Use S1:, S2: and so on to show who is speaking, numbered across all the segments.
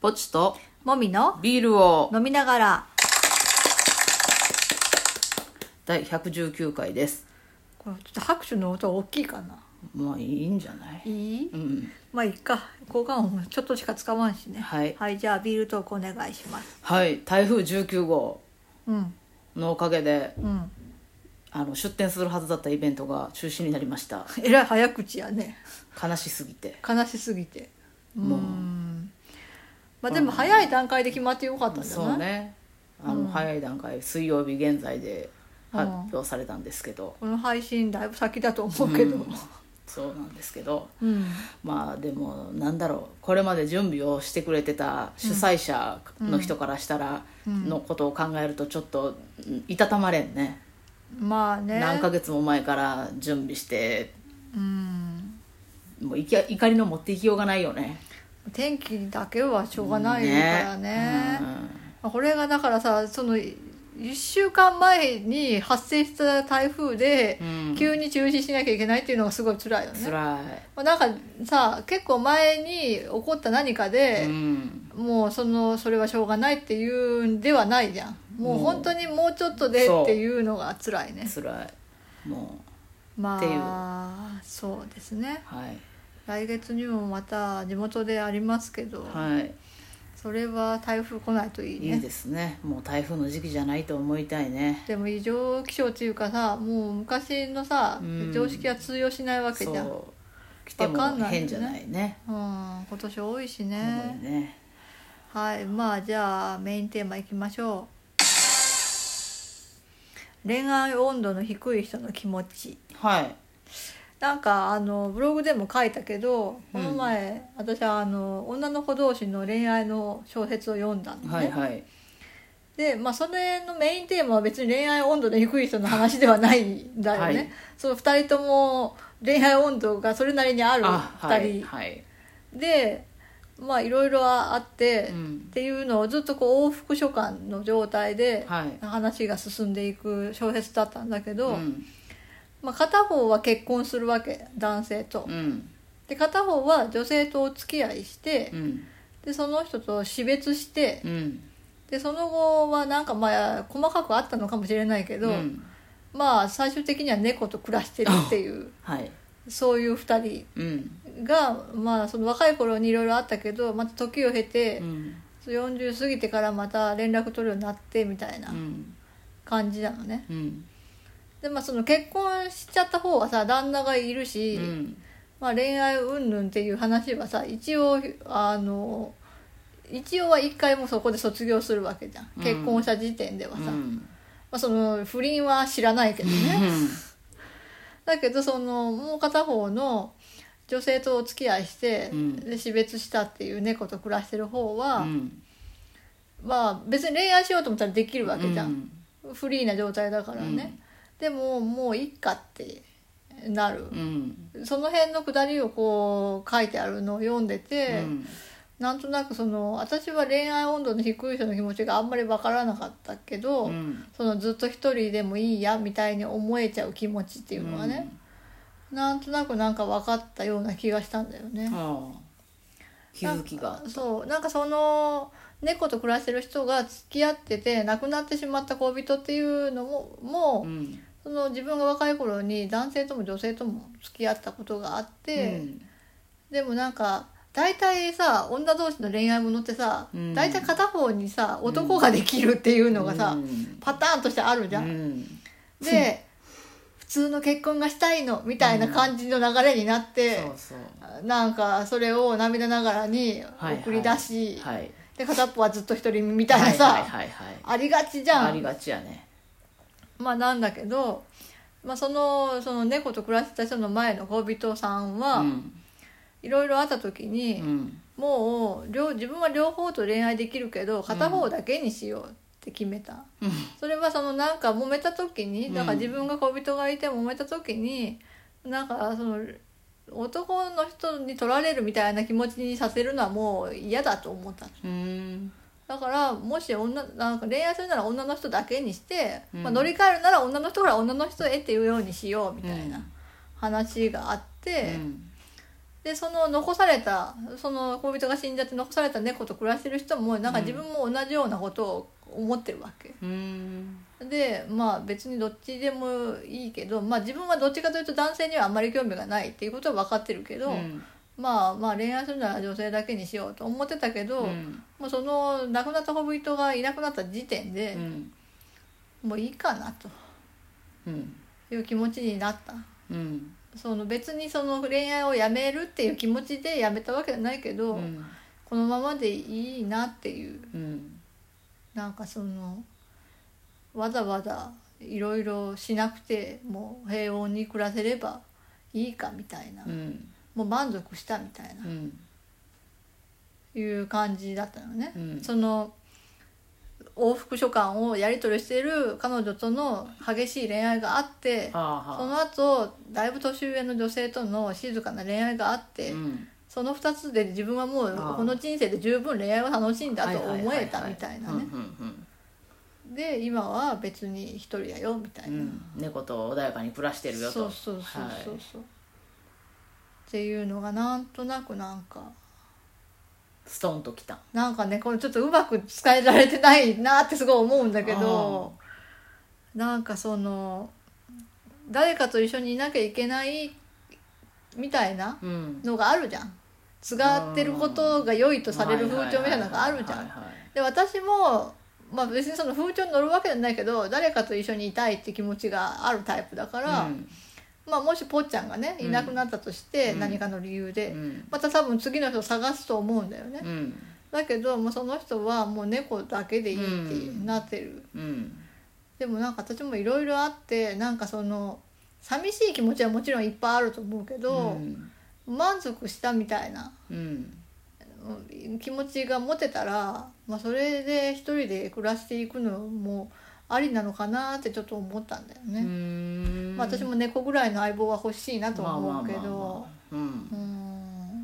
S1: ポチと
S2: もみの
S1: ビールを
S2: 飲みながら
S1: 第119回です
S2: これちょっと拍手の音大きいかな
S1: まあいいんじゃない
S2: いい
S1: うん
S2: まあいいか交換音ちょっとしか使わんしね
S1: はい
S2: はい、じゃあビールトークお願いします
S1: はい台風19号
S2: うん
S1: のおかげで
S2: うん
S1: あの出店するはずだったイベントが中止になりました
S2: えらい早口やね
S1: 悲しすぎて
S2: 悲しすぎてう
S1: もうん
S2: まあでも早い段階で決まってよかったんじゃない
S1: そうねあの早い段階、水曜日現在で発表されたんですけど、
S2: この配信だいぶ先だと思うけど
S1: うんそうなんですけど
S2: うん
S1: まあでもなんだろうこれまで準備をしてくれてた主催者の人からしたら
S2: うん
S1: のことを考えるとちょっとうんいたたまれんね、
S2: まあね
S1: 何ヶ月も前から準備して
S2: うん
S1: もういき怒りの持っていきようがないよね
S2: 天気だけはしょうがないからねまあこれがだからさその1週間前に発生した台風で
S1: うん、うん
S2: 急に中止しなきゃいけないっていうのがすごい辛いよね。
S1: 辛
S2: まあなんかさ結構前に起こった何か
S1: い、う
S2: で、
S1: ん、
S2: もうそのそれはしょうがないっていうんではないじゃんもう
S1: もう
S2: 本当にもうちょっとで
S1: そう
S2: っていうのが辛いね
S1: 辛いも
S2: ま
S1: っていう
S2: あそうですね
S1: うはい
S2: 来月にもまた地元でありますけど、
S1: はい
S2: それは台風来ないといいね
S1: いいですねもう台風の時期じゃないと思いたいね
S2: でも異常気象っていうかさもう昔のさ、
S1: うん
S2: 常識は通用しないわけじ
S1: そ
S2: ゃんう、
S1: う来て
S2: わか
S1: も
S2: んないよね
S1: 変じゃないね
S2: ん、今年多いし
S1: すご
S2: ね
S1: いね
S2: はいまあじゃあメインテーマいきましょう恋愛温度の低い人の気持ち
S1: はい
S2: なんかあのブログでも書いたけど
S1: う
S2: こ
S1: ん
S2: の前、私はあの女の子同士の恋愛の小説を読んだのね、
S1: はいはい
S2: でまあそれのメインテーマは別に恋愛温度の低い人の話ではないんだよね、
S1: はい
S2: その2人とも恋愛温度がそれなりにある
S1: あは
S2: 2
S1: い
S2: 人
S1: はい
S2: でまあいろいろあって、
S1: う
S2: っ
S1: ん
S2: ていうのをずっとこう往復書簡の状態で
S1: はい
S2: 話が進んでいく小説だったんだけど、
S1: うん
S2: まあ、片方は結婚するわけ男性と
S1: う。ん
S2: で片方は女性とお付き合いして
S1: うん
S2: でその人と死別して
S1: うん
S2: でその後はなんかまあ細かくあったのかもしれないけど、
S1: うん
S2: まあ最終的には猫と暮らしてるっていう
S1: はい
S2: そういう2
S1: うん
S2: 人が、まあ、その若い頃にいろいろあったけどまた時を経て
S1: う、ん
S2: 40過ぎてからまた連絡取るようになってみたいな
S1: うん
S2: 感じなのね。
S1: うん
S2: でまあ、その結婚しちゃった方はさ旦那がいるし、
S1: うん
S2: まあ、恋愛云々っていう話はさ一応あの一応は一回もそこで卒業するわけじゃん
S1: うん
S2: 結婚した時点ではさ、ま
S1: うん
S2: あ、その不倫は知らないけどねだけどそのもう片方の女性とお付き合いして、
S1: うん
S2: で死別したっていう猫と暮らしてる方は、
S1: うん
S2: まあ別に恋愛しようと思ったらできるわけじゃ、
S1: うんん
S2: フリーな状態だからね、でももういっかってな
S1: う、
S2: る
S1: ん
S2: その辺のくだりをこう書いてあるのを読んで
S1: う
S2: て、
S1: ん
S2: なんとなくその私は恋愛温度の低い人の気持ちがあんまりわからなかったけど、
S1: うん
S2: そのずっと一人でもいいやみたいに思えちゃう気持ちっていうのがね、なんとなくなんか分かったような気がしたんだよね。
S1: ああ気づきが
S2: そうなんかその猫と暮らしてる人が付き合ってて亡くなってしまった恋人っていうのももう、
S1: うん
S2: その自分が若い頃に男性とも女性とも付き合ったことがあって、
S1: うん
S2: でもなんか大体さ女同士の恋愛ものってさ、
S1: うん
S2: 大体片方にさ男ができるっていうのがさ、
S1: うん
S2: パターンとしてあるじゃん。
S1: うん
S2: で普通の結婚がしたいのみたいな感じの流れになって、
S1: そうそう
S2: なんかそれを涙ながらに
S1: はい
S2: 送り出し、
S1: はい
S2: で片っぽはずっと一人みたいなさ、
S1: はいはいはいはい
S2: ありがちじゃ
S1: あり
S2: ん。
S1: がちやね
S2: まあなんだけど、まあ、そのその猫と暮らしてた人の前の恋人さん
S1: う
S2: は
S1: ん
S2: いろいろあった時に、
S1: うん
S2: もう両自分は両方と恋愛できるけど片方だけにしようって決めた、
S1: うん
S2: それはそのなんか揉めた時にだから
S1: うん
S2: 自分が恋人がいて揉めた時になんかその男の人に取られるみたいな気持ちにさせるのはもう嫌だと思った
S1: うん
S2: だからもし女なんか恋愛するなら女の人だけにして、
S1: うん
S2: まあ、乗り換えるなら女の人から女の人へっていうようにしようみたいな話があって、
S1: うん
S2: でその残されたその恋人が死んじゃって残された猫と暮らしてる人もなんか自分も同じようなことを思ってるわけ、
S1: うん
S2: でまあ別にどっちでもいいけど、まあ、自分はどっちかというと男性にはあんまり興味がないっていうことは分かってるけど、
S1: うん
S2: まあまあ恋愛するなら女性だけにしようと思ってたけど、
S1: うん
S2: もうその亡くなった恋人がいなくなった時点で
S1: う、ん
S2: もういいかな
S1: うん
S2: という気持ちになった
S1: うん
S2: その別にその恋愛をやめるっていう気持ちでやめたわけじゃないけど、
S1: うん
S2: このままでいいなっていう
S1: うん
S2: なんかそのわざわざいろいろしなくてもう平穏に暮らせればいいかみたいな、
S1: うん
S2: もう満足したみたいな、
S1: うん
S2: いう感じだったのね、
S1: うん
S2: その往復書簡をやり取りしている彼女との激しい恋愛があって
S1: はあ
S2: そ
S1: はあ
S2: の後だいぶ年上の女性との静かな恋愛があって、
S1: うん
S2: その2つで自分はもう
S1: ああ
S2: この人生で十分恋愛を楽しんだ
S1: はい
S2: と
S1: はいはいはい
S2: 思えたみたいな
S1: うんう
S2: ね
S1: ん
S2: で今は別に一人だよみた
S1: う
S2: い
S1: んう
S2: な、
S1: ん猫と穏やかに暮らしてるよ
S2: そう
S1: と
S2: そうそうそうそう、
S1: はい
S2: っていうのがなんとなくなんか
S1: ストンときた
S2: なんかねこれちょっとうまく伝えられてないなってすごい思うんだけどなんかその誰かと一緒にいなきゃいけないみたいな
S1: うん
S2: のがあるじゃんつがってることが良いとされる風潮みたいなのがあるじゃ
S1: はい
S2: ん
S1: はいはいはい
S2: で私も、まあ、別にその風潮に乗るわけじゃないけど誰かと一緒にいたいって気持ちがあるタイプだから、
S1: うん
S2: まあ、もしぽっちゃんがねいなくなったとして、
S1: うん
S2: 何かの理由で、
S1: うん
S2: また多分次の人を探すと思うんだよね、
S1: うん
S2: だけどもうその人はもう猫だけでいいっ
S1: う
S2: て
S1: ん
S2: なってる、
S1: うん
S2: でもなんか私もいろいろあってなんかその寂しい気持ちはもちろんいっぱいあると思うけど、満足したみたいな
S1: うん
S2: うん気持ちが持てたら、まあ、それで一人で暮らしていくのもありなのかなってちょっと思ったんだよ
S1: う
S2: ね、
S1: ん
S2: まあ、私も猫ぐらいの相棒は欲しいなと
S1: まあまあまあまあ
S2: 思うけど
S1: うん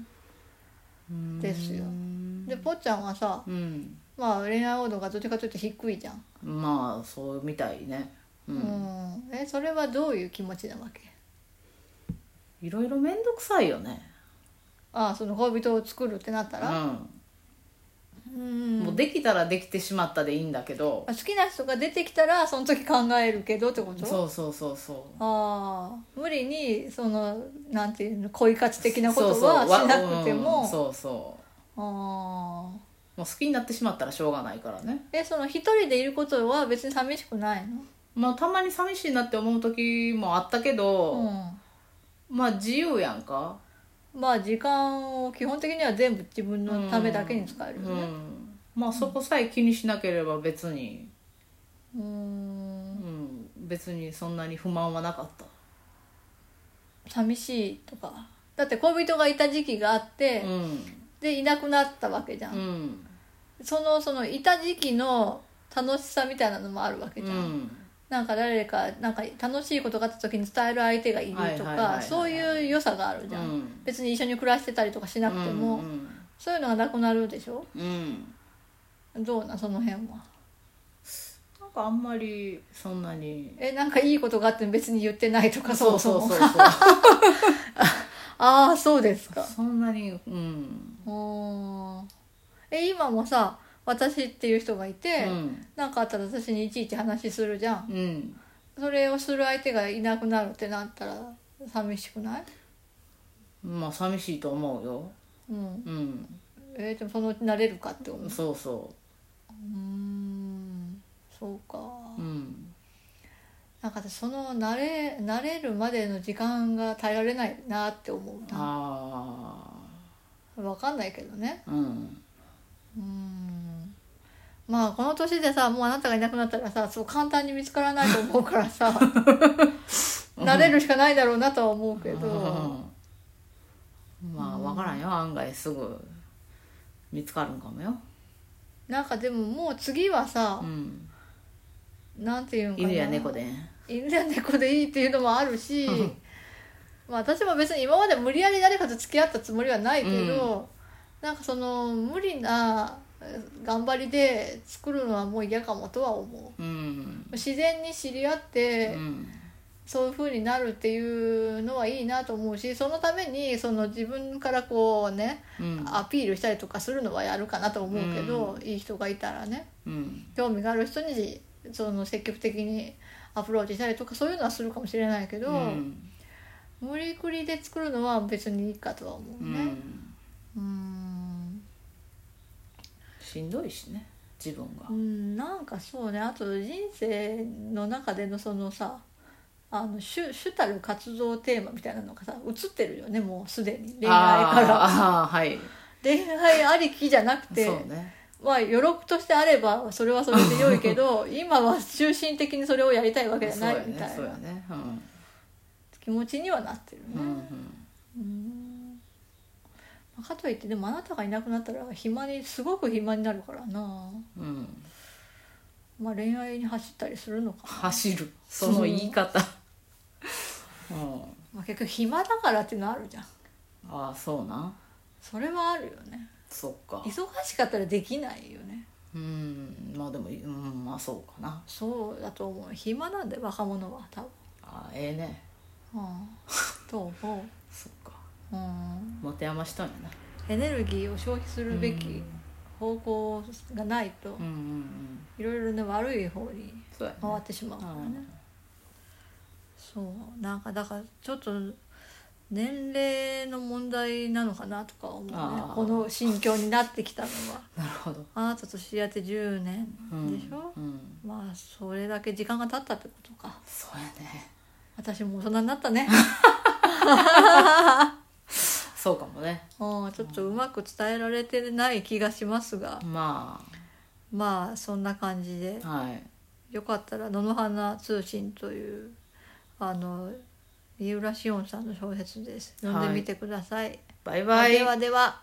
S2: うんですようんでぽっちゃんはさ、
S1: うん
S2: まあ、恋愛王道がどっちかというと低いじゃん、
S1: まあそうみたいねう
S2: うんんえそれはどういう気持ちなわけ
S1: いろいろ面倒くさいよね
S2: ああその恋人を作るってなったら、う
S1: うん
S2: ん
S1: もうできたらできてしまったでいいんだけど
S2: あ好きな人が出てきたらその時考えるけどってこと
S1: そうそうそうそう
S2: ああ無理にそのなんていうの恋活的なこと
S1: そう
S2: は
S1: そうわ
S2: しなくても
S1: うんそうそう
S2: ああ
S1: もう好きになってしまったらしょうがないからね
S2: えその一人でいることは別に寂しくないの
S1: まあたまに寂しいなって思う時もあったけど、まあ自由やんか
S2: うん、まあ時間を基本的には全部自分のためだけに使えるよ
S1: う
S2: ね
S1: んまあそこさえ気にしなければ別に、
S2: うー
S1: うんん、別にそんなに不満はなかった
S2: 寂しいとかだって恋人がいた時期があって、
S1: うん
S2: でいなくなったわけじゃん、
S1: うん
S2: そのそのいた時期の楽しさみたいなのもあるわけ
S1: う
S2: じゃん、
S1: ん
S2: なんか誰かなんか楽しいことがあった時に伝える相手がいる
S1: はい
S2: と
S1: はいはいはい
S2: か
S1: はい
S2: そういう良さがあるじゃん、
S1: うん
S2: 別に一緒に暮らしてたりとかしなくても、
S1: うん
S2: そういうのがなくなるでしょ
S1: うんうん
S2: どうなんその辺は
S1: なんかあんまりそんなに
S2: えなんかいいことがあっても別に言ってないとかそもそも
S1: そう
S2: ああそうです
S1: そう
S2: か
S1: そんなにうん、
S2: うーんえ今もさ私っていう人がいて
S1: うん
S2: なんかあったら私にいちいち話するじゃん
S1: うん
S2: それをする相手がいなくなるってなったら寂しくない
S1: まあ寂しいと思うよ
S2: うん
S1: うん
S2: えーでもそのうち慣れるかって思う
S1: そうそう
S2: ーんそうか
S1: ううん
S2: なんか私その慣れ慣れるまでの時間が耐えられないなって思うな
S1: あ
S2: 分かんないけどね
S1: あうん
S2: うーんまあこの年でさもうあなたがいなくなったらさそう簡単に見つからないと思うから さ慣れるしかないだろうなとは思うけど
S1: うんまあ分からんよ案外すぐ見つかるんかもよ、
S2: なんかでももう次はさ
S1: うん、
S2: なんていうんかな
S1: 犬や猫で
S2: 犬や猫でいいっていうのもあるしまあ私も別に今まで無理やり誰かと付き合ったつもりはないけど、なんかその無理なえー頑張りで作るのはもう嫌かもとは思う
S1: うん
S2: 自然に知り合って、
S1: うん
S2: そういう風になるっていうのはいいなと思うしそのためにその自分からこうね
S1: うん
S2: アピールしたりとかするのはやるかなと思うけど、いい人がいたらね
S1: うん
S2: 興味がある人にその積極的にアプローチしたりとかそういうのはするかもしれないけど、
S1: うん
S2: 無理くりで作るのは別にいいかとは思
S1: う
S2: うね。
S1: ん
S2: うん
S1: しんどいしね自分が
S2: うん、なんかそうねあと人生の中でのそのさあの主主たる活動テーマみたいなのがさ映ってるよねもうすでに恋愛から
S1: あーあーはい
S2: 恋愛ありきじゃなくて、
S1: そうね
S2: まあ余力としてあればそれはそれで良い けど今は中心的にそれをやりたいわけじゃないみたい
S1: そうやねそうや
S2: な
S1: ねう
S2: 気持ちにはなってる
S1: んう
S2: ね、
S1: ん
S2: うんまあかといってでもあなたがいなくなったら暇にすごく暇になるからな、
S1: うんうん
S2: まあ、恋愛に走ったりするのか
S1: 走るその言い 方うん
S2: まあ、結局暇だからっていうのあるじゃん
S1: ああそうな
S2: それはあるよね
S1: そっか
S2: 忙しかったらできないよね
S1: うんまあでもうんまあそうかな
S2: そうだと思う暇なんで若者は多分
S1: あーええね
S2: うん と思
S1: そっか
S2: う、うん、
S1: 持て余したんやな
S2: エネルギーを消費するべき方向がないと
S1: うんうんうん
S2: いろいろね悪い方に
S1: そうやね
S2: 回ってしまうからね、そうなんかだからちょっと年齢の問題なのかなとか思うね
S1: あー
S2: この心境になってきたのは
S1: なるほど
S2: あなたと知り合って10年
S1: うん
S2: でしょ
S1: うん
S2: まあそれだけ時間が経ったってことか
S1: そうやね
S2: 私も大人になったね
S1: そうかもね
S2: うんちょっとうまく伝えられてない気がしますが
S1: ま
S2: まあそんな感じで
S1: あはい
S2: よかったら「野の花通信」というあの三浦紫音さんの小説です読んでみてください、
S1: バイバイ
S2: ではでは